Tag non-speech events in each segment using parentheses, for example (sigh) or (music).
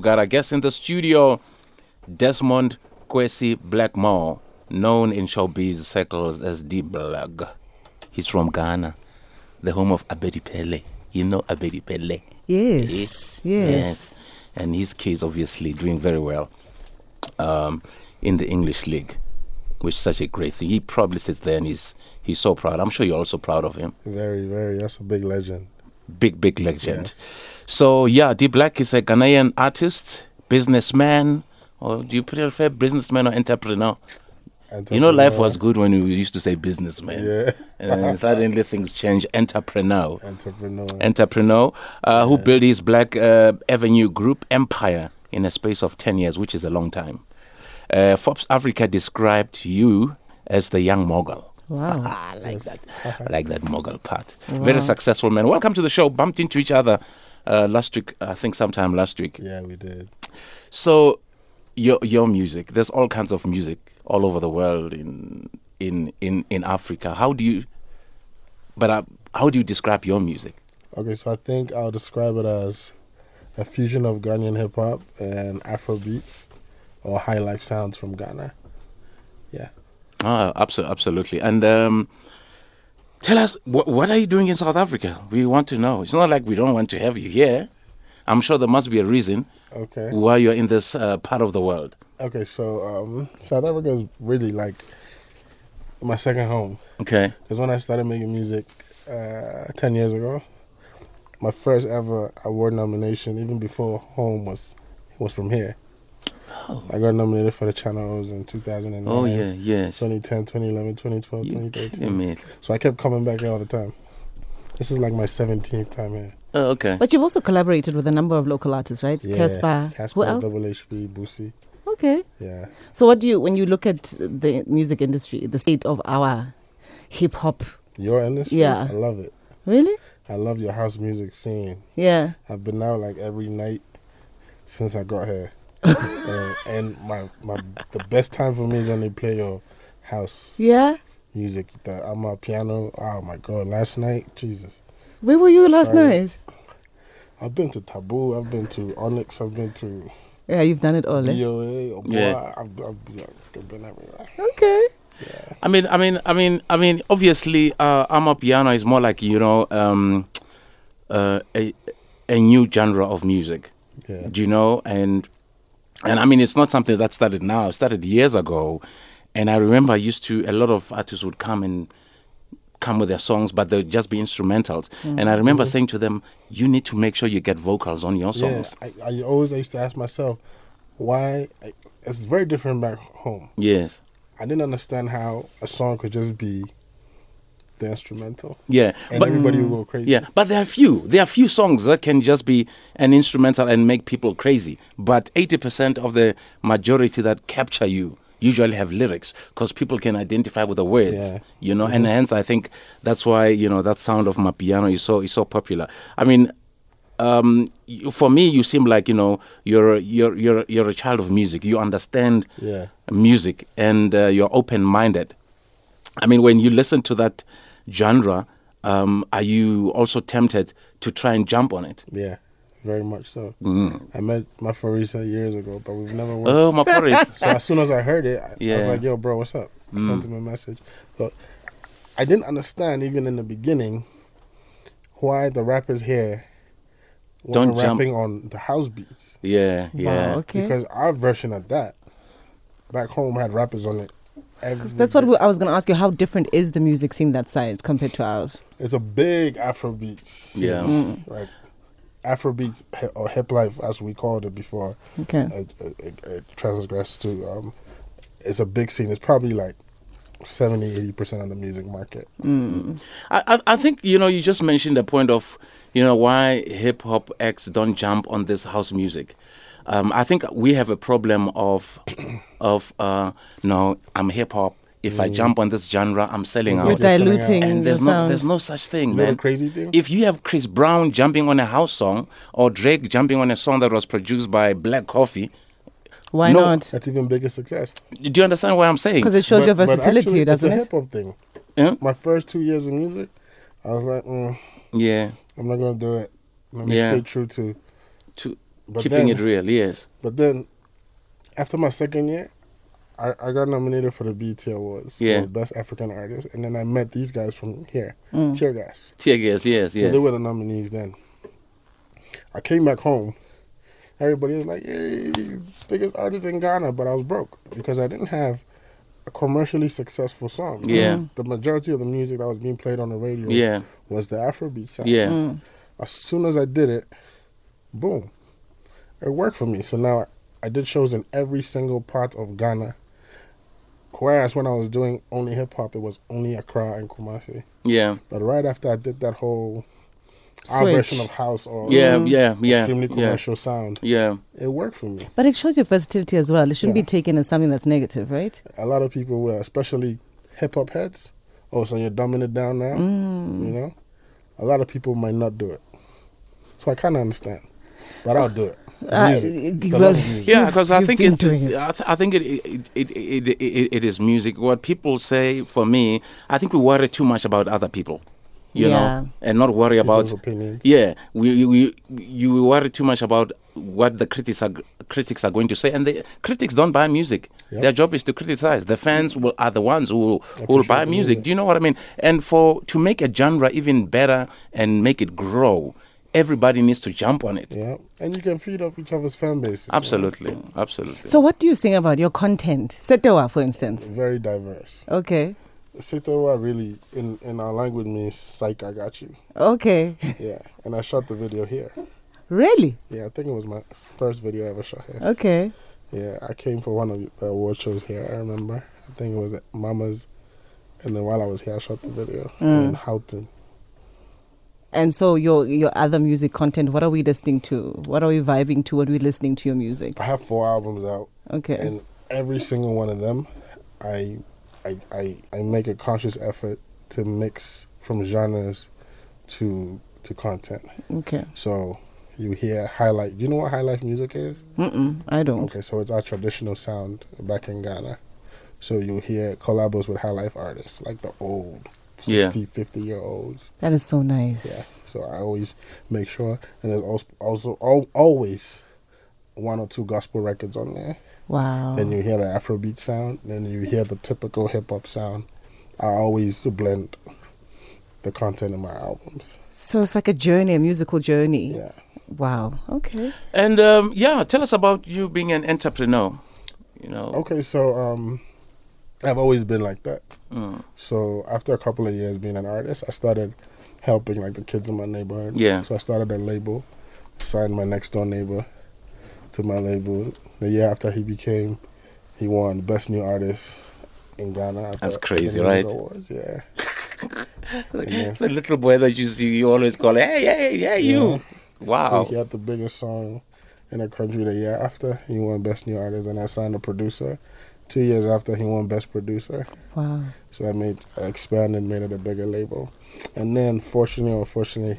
got our guest in the studio, Desmond Kwesi Blackmore, known in showbiz circles as D Black. He's from Ghana, the home of Abedi Pele. You know Abedi Pele. Yes. Yes. And his kids obviously doing very well um, in the English league, which is such a great thing. He probably sits there and he's he's so proud. I'm sure you're also proud of him. Very, very. That's a big legend. Big, big legend. So yeah, D Black is a Ghanaian artist, businessman, or do you prefer businessman or entrepreneur? You know, life was good when we used to say businessman. Yeah. And then suddenly things change. Entrepreneur. entrepreneur. entrepreneur uh, who built his Black uh, Avenue Group empire in a space of 10 years, which is a long time. Uh, Forbes Africa described you as the young mogul. Wow. (laughs) I like that. I like that mogul part. Very successful man. Welcome to the show. Bumped into each other uh, last week, I think sometime last week. yeah, we did. So, your your music. There's all kinds of music all over the world in in in in Africa. How do you? But uh, how do you describe your music? Okay, so I think I'll describe it as a fusion of Ghanaian hip hop and Afro beats or high life sounds from Ghana. Yeah. Ah, abso- absolutely. And um, tell us, wh- what are you doing in South Africa? We want to know. It's not like we don't want to have you here. I'm sure there must be a reason Okay. why you're in this uh, part of the world. Okay, so um, South Africa is really like my second home. Okay. Because when I started making music uh, 10 years ago, my first ever award nomination, even before home, was was from here. I got nominated for the channels in 2009, Oh yeah, yeah. 2010, 2011, 2012, You 2013. kidding me? So I kept coming back here all the time. This is like my 17th time here. Oh, okay. But you've also collaborated with a number of local artists, right? Caspar. Who Casper, else? Double HB, Boosie. Okay. Yeah. So, what do you, when you look at the music industry, the state of our hip hop, Your industry? Yeah. I love it. really? I love your house music scene. Yeah. I've been out like every night since I got (laughs) here, and, and my my the best time for me is when they play your house Yeah. music. The, I'm a piano. Oh my god! Last night, Jesus, Where were you last Sorry. night? I've been to Taboo. I've been to Onyx. I've been to Yeah, you've done it all. Eh? BOA. Or Yeah. I've, I've, I've been everywhere. Okay. I mean, I mean, I mean, I mean. Obviously, uh, Ama piano is more like you know um, uh, a a new genre of music. Yeah. Do you know? And and I mean, it's not something that started now. It started years ago, and I remember I used to a lot of artists would come and come with their songs, but they'd just be instrumentals. And I remember saying to them, "You need to make sure you get vocals on your Mm-hmm. Yeah. songs." I, I always I used to ask myself why. I, it's very different back home. Yes. I didn't understand how a song could just be the instrumental. Yeah, And everybody will go crazy. mm, Yeah, but there are few. There are few songs that can just be an instrumental and make people crazy. But eighty percent of the majority that capture you usually have lyrics because people can identify with the words. Yeah. You know, and hence I think that's why you know that sound of my piano is so is so popular. I mean. Um, you- for me, you seem like you know you're a- you're you're you're a child of music. You understand Yeah. music, and uh, you're open-minded. I mean, when you listen to that genre, um, are you also tempted to try and jump on it? Yeah, very much so. Mm-hmm. I met my Farisa years ago, but we've never worked. Oh, my porridge. So as soon as I heard it, I, I was Yeah. Mm. like, "Yo, bro, what's up?" I Sent him a message. So I didn't understand even in the beginning why the rappers here were Don't jump. rapping on the house beats Yeah, yeah. Wow, okay. because our version of that back home had rappers on it. Every That's what day. we, I was going to ask you. How different is the music scene that side compared to ours? it's a big Afrobeat. scene, Yeah. Mm. like Afrobeat hi- or hip life as we called it before. Okay. it, it, it, it transgressed to um, it's a big scene it's probably like 70 80% of the music market Mm. I, I I think you know you just mentioned the point of you know why hip hop acts don't jump on this house music. Um, I think we have a problem of (coughs) of uh, no, I'm hip hop. If I jump on this genre, I'm selling Mm. You're out. You're diluting and your there's no sound. there's no such thing, You know the man. crazy thing? If you have Chris Brown jumping on a house song or Drake jumping on a song that was produced by Black Coffee, Why No. not? that's even bigger success do you understand what I'm saying? Because it shows But- your but versatility, actually, doesn't it's a it? hip-hop thing Yeah? my first two years of music i was like mm, yeah. i'm not gonna do it let me Yeah. stay true to To But keeping then, it real. Yes. But then, after my second year, I, I got nominated for the BET Awards Yeah. for Best African Artist, and then I met these guys from here, Mm. Tear Gas. Tear gas. Yes. So they Yes. were the nominees then. I came back home. Everybody was like, "Yay, biggest artist in Ghana," but I was broke because I didn't have a commercially successful song. Yeah. Because The majority of the music that was being played on the radio Yeah. was the Afrobeat sound. Yeah. Mm. As soon as I did it, boom, it worked for me. So now I did shows in every single part of Ghana. Whereas when I was doing only hip hop, it was only Accra and Kumasi. Yeah. But right after I did that whole our Switch. version of house or Yeah. Yeah. Yeah. extremely Yeah. commercial sound, Yeah. it worked for me. But it shows your versatility as well. It shouldn't Yeah. be taken as something that's negative, right? A lot of people were, especially hip hop heads. Oh, so you're dumbing it down now? Mm. You know, a lot of people might not do it. So I kind of understand, but I'll do it. The Uh, music, the well, love of music. Yeah, You've- because I you've think been it's, doing it. I, th- I think it it, it, it, it it it is music. What people say for me, I think we worry too much about other people, you Yeah. know, and not worry People's about. opinions. Yeah, we, we you worry too much about what the critics are critics are going to say, and the critics don't buy music. Yep. Their job is to criticize. The fans will, are the ones who will- who will Appreciate buy the music. music. Do you know what I mean? And for to make a genre even better and make it grow, everybody needs to jump on it. Yeah, and you can feed off each other's fan bases. you know? Absolutely, absolutely. So, what do you think about your content? Setewa, for instance. Very diverse. Okay. Sitawa really, in, in our language, means psych, I got you. Okay. (laughs) Yeah, and I shot the video here. really? Yeah, I think it was my first video I ever shot here. Okay. Yeah, I came for one of the award shows here. I remember. I think it was at Mama's, and then while I was here, I shot the video in Houghton. And so, your your other music content. What are we listening to? What are we vibing to when we're listening to your music? I have four albums out, Okay. and every single one of them, I, I, I, I make a conscious effort to mix from genres to to content. okay. So you hear highlight. Do you know what high life music is? Mm-mm, I don't. Okay, so it's our traditional sound back in Ghana. So you'll hear collabos with high life artists, like the old 60, Yeah. 50 year olds. That is so nice. Yeah. So I always make sure, and there's also, also al- always one or two gospel records on there. Wow. Oh. Then you hear the Afrobeat sound, then you hear the typical hip hop sound. I always blend the content in my albums. so it's like a journey, a musical journey. Yeah. Wow. Okay. And um, yeah, tell us about you being an entrepreneur. You know, Okay, so um, I've always been like that. Mm. So after a couple of years being an artist, I started helping like the kids in my neighborhood. Yeah. So I started a label, signed my next door neighbor to my label. The year after he became, he won best new artist in Ghana. at That's the- crazy, the Music right? Awards, Yeah. it's a little boy that you see, you always call, hey, hey, yeah, Yeah. you. So Wow. he had the biggest song in the country the year after. He won best new artist, and I signed a producer. Two years after he won best producer. Wow. So I made I expanded, made it a bigger label, and then fortunately or unfortunately,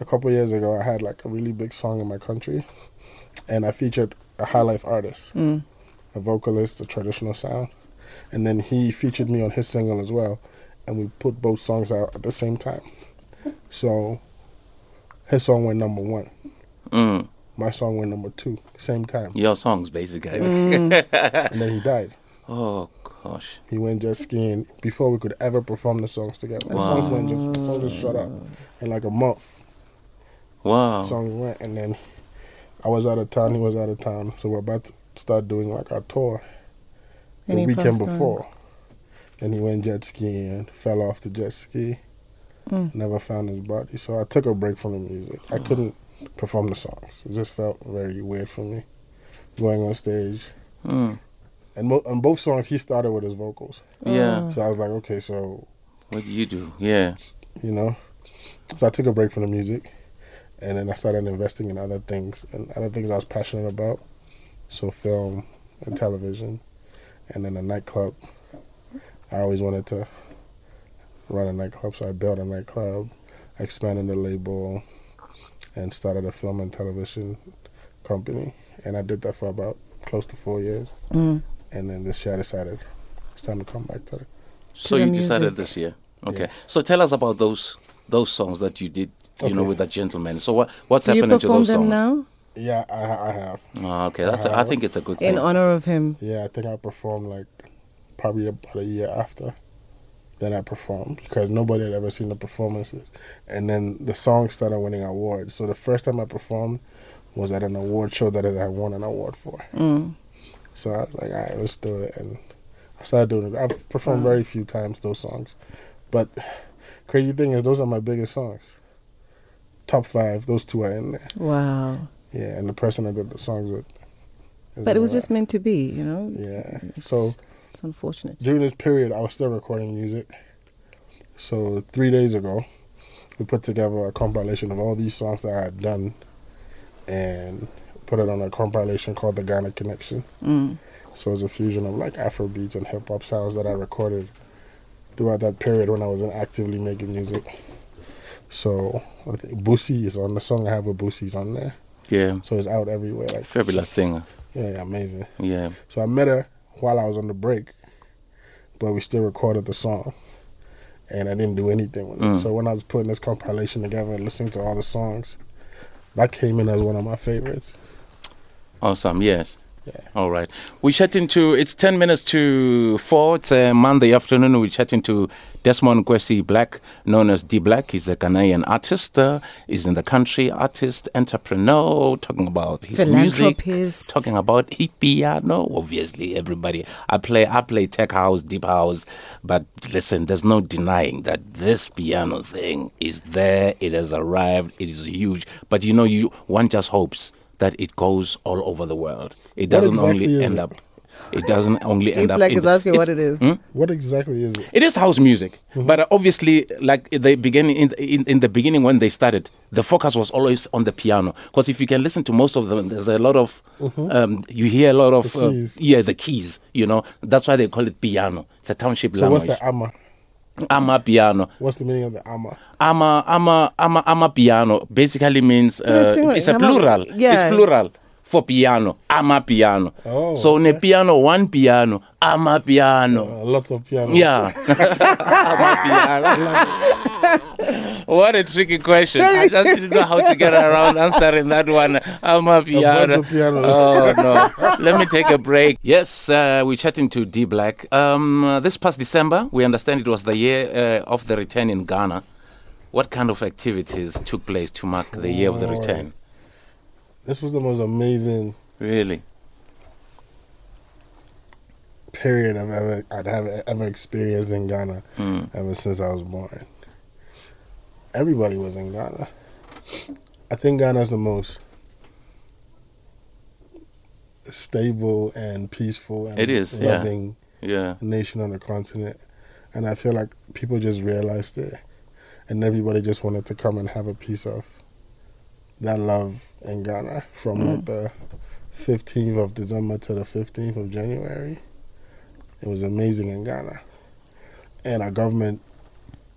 a couple years ago I had like a really big song in my country, and I featured a high life artist, Mm. a vocalist, a traditional sound, and then he featured me on his single as well, and we put both songs out at the same time, so his song went number one, Mm. my song went number two, same time, Your songs, basically. and then he died. (laughs) Oh, gosh. He went jet skiing before we could ever perform the songs together. The songs went just the songs just shut up in like a month. Wow. Songs went and then I was out of town. He was out of town, so we're about to start doing like our tour the And he weekend passed on. before. And he went jet skiing and fell off the jet ski. Mm. Never found his body. So I took a break from the music. I couldn't perform the songs. It just felt very weird for me going on stage. Mm. And mo- on both songs, he started with his vocals. Uh, Yeah. So I was like, okay, so What do you do? Yeah. you know. So I took a break from the music, and then I started investing in other things and other things I was passionate about, so film and television, and then a nightclub. I always wanted to run a nightclub, so I built a nightclab, expanded the label, and started a film and television company. And I did that for about close to four years, Mm. and then this year I decided it's time to come back to it. So the you music. decided this year. Okay. Yeah. So tell us about those those songs that you did, you know, Okay. with that gentleman. So what what's Do you happening to perform those them songs? now? Yeah, I, I have. Oh, okay, that's. A, I think it's a good in thing. honor of him. Yeah, I think I performed like probably about a year after. Then I performed because nobody had ever seen the performances, and then the song started winning awards. So the first time I performed was at an award show that I had won an award for. Mm. So I was like, all right, let's do it, and I started doing it. I've performed very few times those songs, but crazy thing is those are my biggest songs. Top five, those two are in there. Wow. Yeah, and the person I did the songs with. is But it in was there. just meant to be, you know? Yeah. So It's unfortunate. during this period, I was still recording music. So three days ago, we put together a compilation of all these songs that I had done, and put it on a compilation called the Ghana Connection. Mm. So it's a fusion of like Afro beats and hip hop sounds that I recorded throughout that period when I wasn't actively making music. So I think Boosie is on the song I have with Boosie's on there. Yeah, So it's out everywhere. Like fabulous singer. Yeah, amazing. Yeah. So I met her while I was on the break, but we still recorded the song, and I didn't do anything with it. Mm. So when I was putting this compilation together and listening to all the songs, that came in as one of my favorites. Awesome. Yes. Yeah. All right. We're chatting to, it's 10 minutes to 4. It's a Monday afternoon. We're chatting to Desmond Kwesi Black, known as D Black. He's a Ghanaian artist. Uh, he's in the country, artist, entrepreneur, talking about his music. Philanthropist. Talking about (laughs) hip piano. Obviously, everybody. I play, I play tech house, deep house. But listen, there's no denying that this piano thing is there. It has arrived. It is huge. But you know, you one just hopes that it goes all over the world. It What doesn't exactly only is end it? up. It doesn't only Deep end up. Black in is the- asking what it's- Hmm? it is. What exactly is it? It is house music, Mm-hmm. but uh, obviously, like they began in, in in the beginning when they started, the focus was always on the piano. Because if you can listen to most of them, there's a lot of um, you hear a lot of Mm-hmm. The keys. Uh, yeah the keys. You know that's why they call it piano. It's a township So what's language. the ama? Ama piano. What's the meaning of the ama? Ama ama ama ama piano basically means uh, Interesting, it's a ama- plural. yeah. It's plural for piano. Ama piano. Oh, so ne piano one piano. Ama piano. Uh, lots of piano. (laughs) Yeah. ama piano. what a tricky question. I just didn't know how to get around answering that one. Ama piano. of pianos. Oh no. Let me take a break. Yes, uh, we're chatting to D Black. Um, uh, this past December, we understand it was the year uh, of the return in Ghana. What kind of activities took place to mark the year of the Boy. return? This was the most amazing Really? period I've ever I'd have ever experienced in Ghana Mm. ever since I was born. Everybody was in Ghana. I think Ghana's the most stable and peaceful and It is, yeah. loving Yeah. nation on the continent. And I feel like people just realized it. And everybody just wanted to come and have a piece of that love in Ghana from like the 15th of December to the 15th of January. It was amazing in Ghana. And our government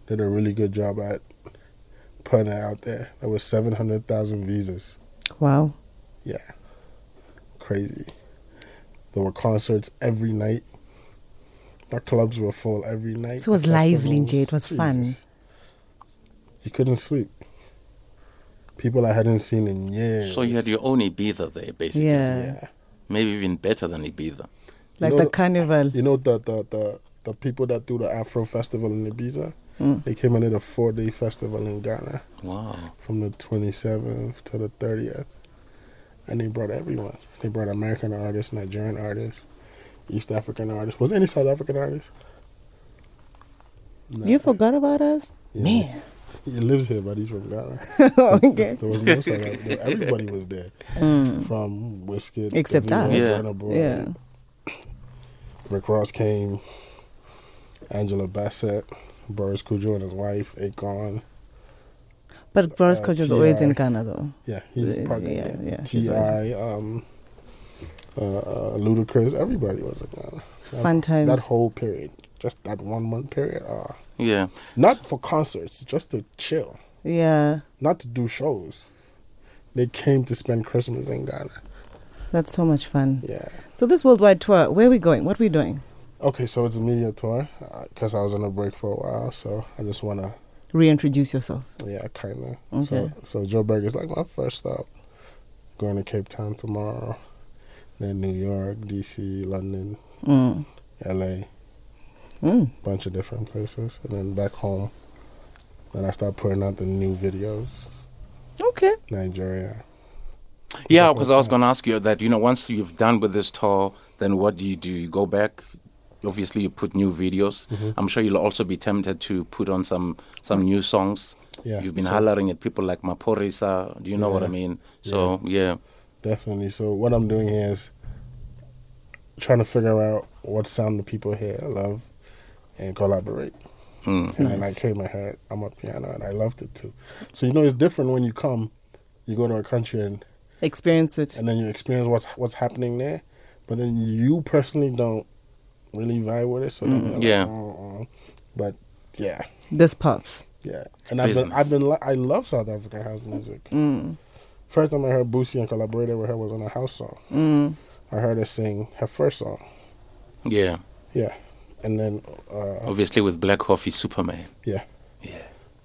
did a really good job at putting it out there. There was 700,000 visas. Wow. Yeah. Crazy. There were concerts every night. Our clubs were full every night. So it was The lively, festivals, Jay. It was fun. You couldn't sleep. People I hadn't seen in years. So you had your own Ibiza there, basically. Yeah. Yeah. Maybe even better than Ibiza. Like You the know the- carnival. You know the the, the the people that do the Afro festival in Ibiza? Mm. They came and did a four day festival in Ghana Wow. from the twenty seventh to the thirtieth. And they brought everyone. They brought American artists, Nigerian artists, East African artists. Was there any South African artists? No. You forgot about us? Yeah. (laughs) Man. He lives here, but he's from Ghana. (laughs) okay. Mm. There was no South African. Everybody was there, from Whiskey Except us. Yeah. Yeah. Rick Ross came, Angela Bassett, Boris Kujo and his wife, Akon. But Boris Uh, Kojo is always in TI. Ghana, though. Yeah, he's Yeah, part of yeah, it. yeah, he's Ti, um, uh, uh, Ludacris. Everybody was in Ghana. That- Fun times. That whole period, just that one month period. Uh, Yeah. not for concerts, just to chill, Yeah. not to do shows. They came to spend Christmas in Ghana. That's so much fun. Yeah. So this worldwide tour, where are we going? What are we doing? Okay, so it's a media tour because I was on a break for a while, so I just wanna, Reintroduce yourself. yeah, kind of. Okay. So, so Joe is like my first stop. Going to Cape Town tomorrow. Then New York, DC, London, Mm. LA, Mm. bunch of different places. And then back home. Then I start putting out the new videos. Okay. Nigeria. Yeah, because I was going to ask you that. You know, once you've done with this tour, then what do you do? You go back. Obviously, you put new videos. Mm-hmm. I'm sure you'll also be tempted to put on some some new songs. Yeah, You've been so- hollering at people like Maporisa. Do you know what I Yeah, mean? So yeah, Definitely. So what I'm doing here is trying to figure out what sound the people here love and collaborate. Mm. And then I came and heard I'm a piano and I loved it too. So you know it's different when you come, you go to a country and, Experience it. and then you experience what's what's happening there, but then you personally don't really vibe with it. So then Mm, you're like, yeah. "Mm, mm." but yeah, This pops. yeah. And I've been Business. I've been li- I love South African house music. Mm. First time I heard Boosie and collaborated with her was on a house song. Mm. (laughs) I heard her sing her first song. yeah. Yeah, and then uh, Obviously, with Black Coffee, Superman. yeah, Oh. Yeah.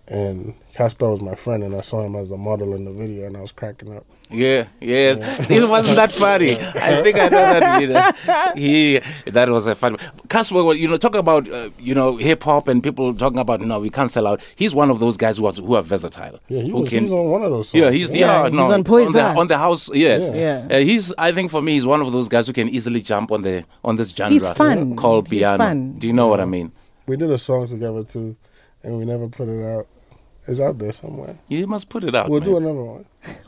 and Casper was my friend, and I saw him as the model in the video, and I was cracking up. Yeah, yes. It wasn't that funny. I think I know that. You know. He, that was a funny. Casper, well, you know, talk about uh, you know hip hop and people talking about no, we can't sell out. He's one of those guys who, was, who are versatile. Yeah, he who was, he's on one of those. Songs. yeah, he's Yeah, yeah, he's no, on Poison. the, on the house. Yes, Yeah. Uh, he's. I think for me, he's one of those guys who can easily jump on the on this genre. fun. Called He's piano. fun. Do you know what I mean? We did a song together too, and we never put it out. It's out there somewhere. You must put it out. We'll man. do another one.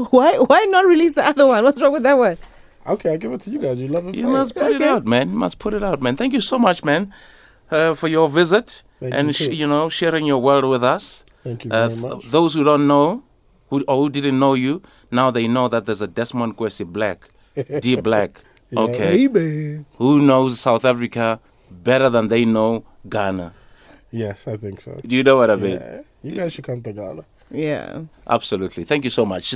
Why? Why not release the other one? What's wrong with that one? Okay, I give it to you guys. You love it. You first. must put it out, man. You must put it out, man. Thank you so much, man, uh, for your visit Thank you and too. you know sharing your world with us. Thank you Uh, very th- much. those who don't know, who or who didn't know you, now they know that there's a Desmond Kwesi Black, (laughs) D Black. Yeah. Okay, Hey, babe. who knows South Africa better than they know Ghana? Yes, I think so. Do you know what I mean? Yeah, you guys should come to Ghana. Yeah. Absolutely. Thank you so much.